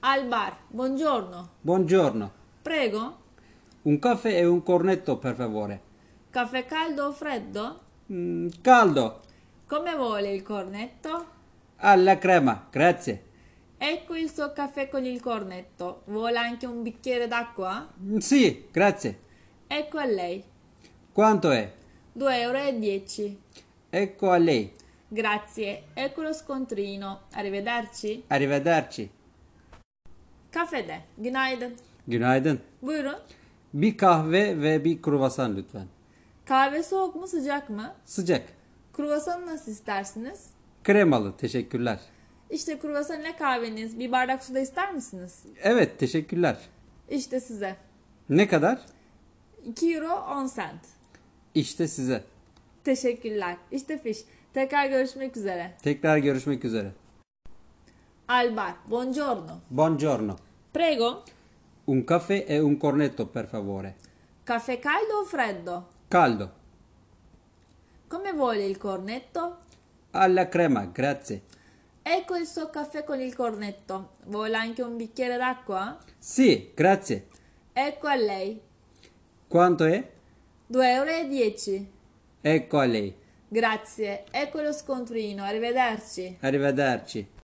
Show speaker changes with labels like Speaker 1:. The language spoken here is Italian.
Speaker 1: Al bar, buongiorno.
Speaker 2: Buongiorno.
Speaker 1: Prego,
Speaker 2: Un caffè e un cornetto, per favore.
Speaker 1: caffè caldo o freddo?
Speaker 2: Mm, caldo.
Speaker 1: Come vuole il cornetto?
Speaker 2: Alla crema, grazie.
Speaker 1: Ecco il suo caffè con il cornetto. Vuole anche un bicchiere d'acqua?
Speaker 2: Mm, sì, grazie.
Speaker 1: Ecco a lei,
Speaker 2: Quanto è?
Speaker 1: 2,10 euro. e
Speaker 2: Ecco a lei.
Speaker 1: Grazie, ecco lo scontrino. Arrivederci.
Speaker 2: Arrivederci.
Speaker 1: Kafede, günaydın.
Speaker 2: Günaydın.
Speaker 1: Buyurun.
Speaker 2: Bir kahve ve bir kruvasan lütfen.
Speaker 1: Kahve soğuk mu sıcak mı?
Speaker 2: Sıcak.
Speaker 1: Kruvasanı nasıl istersiniz?
Speaker 2: Kremalı, teşekkürler.
Speaker 1: İşte kruvasan ile kahveniz. Bir bardak su da ister misiniz?
Speaker 2: Evet, teşekkürler.
Speaker 1: İşte size.
Speaker 2: Ne kadar?
Speaker 1: 2 euro 10 cent.
Speaker 2: İşte size.
Speaker 1: Teşekkürler. İşte fiş. Tekrar görüşmek üzere.
Speaker 2: Tekrar görüşmek üzere.
Speaker 1: Albar, buongiorno.
Speaker 2: Buongiorno.
Speaker 1: Prego,
Speaker 2: Un caffè e un cornetto, per favore.
Speaker 1: caffè caldo o freddo?
Speaker 2: Caldo.
Speaker 1: Come vuole il cornetto?
Speaker 2: Alla crema, grazie.
Speaker 1: Ecco il suo caffè con il cornetto. Vuole anche un bicchiere d'acqua?
Speaker 2: Sì, grazie.
Speaker 1: Ecco a lei.
Speaker 2: Quanto è?
Speaker 1: 2,10 euro.
Speaker 2: Ecco a lei.
Speaker 1: Grazie, ecco lo scontrino, arrivederci.
Speaker 2: Arrivederci.